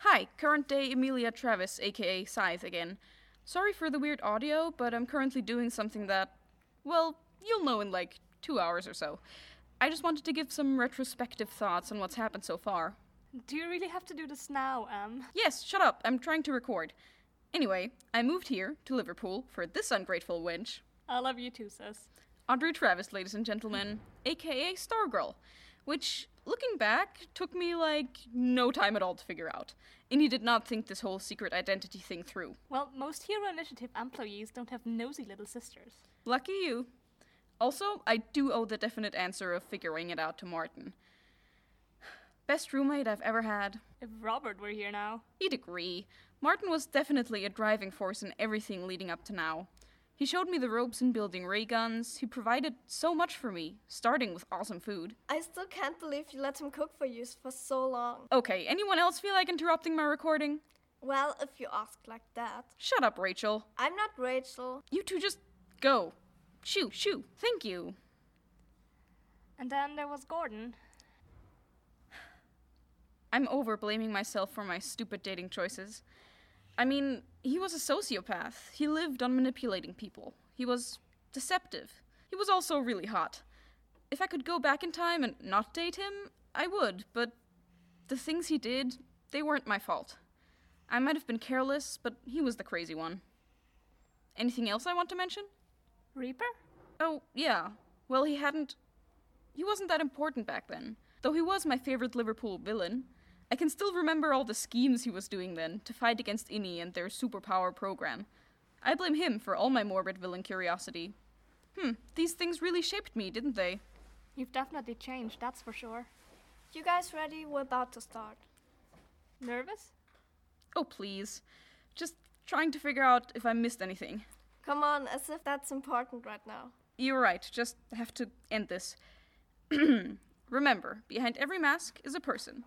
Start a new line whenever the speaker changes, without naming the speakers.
Hi, current day Emilia Travis, aka Scythe, again. Sorry for the weird audio, but I'm currently doing something that, well, you'll know in like two hours or so. I just wanted to give some retrospective thoughts on what's happened so far.
Do you really have to do this now, Em?
Yes, shut up, I'm trying to record. Anyway, I moved here, to Liverpool, for this ungrateful wench.
I love you too, sis.
Audrey Travis, ladies and gentlemen, aka Stargirl, which, looking back, took me like no time at all to figure out. And he did not think this whole secret identity thing through.
Well, most Hero Initiative employees don't have nosy little sisters.
Lucky you. Also, I do owe the definite answer of figuring it out to Martin. Best roommate I've ever had.
If Robert were here now.
He'd agree. Martin was definitely a driving force in everything leading up to now. He showed me the ropes in building ray guns. He provided so much for me, starting with awesome food.
I still can't believe you let him cook for you for so long.
Okay, anyone else feel like interrupting my recording?
Well, if you ask like that.
Shut up, Rachel.
I'm not Rachel.
You two just go. Shoo, shoo. Thank you.
And then there was Gordon.
I'm over blaming myself for my stupid dating choices. I mean, he was a sociopath. He lived on manipulating people. He was deceptive. He was also really hot. If I could go back in time and not date him, I would, but the things he did, they weren't my fault. I might have been careless, but he was the crazy one. Anything else I want to mention?
Reaper?
Oh, yeah. Well, he hadn't. He wasn't that important back then, though he was my favorite Liverpool villain. I can still remember all the schemes he was doing then to fight against Inni and their superpower program. I blame him for all my morbid villain curiosity. Hmm, these things really shaped me, didn't they?
You've definitely changed, that's for sure.
You guys ready? We're about to start.
Nervous?
Oh, please. Just trying to figure out if I missed anything.
Come on, as if that's important right now.
You're right, just have to end this. Remember, behind every mask is a person.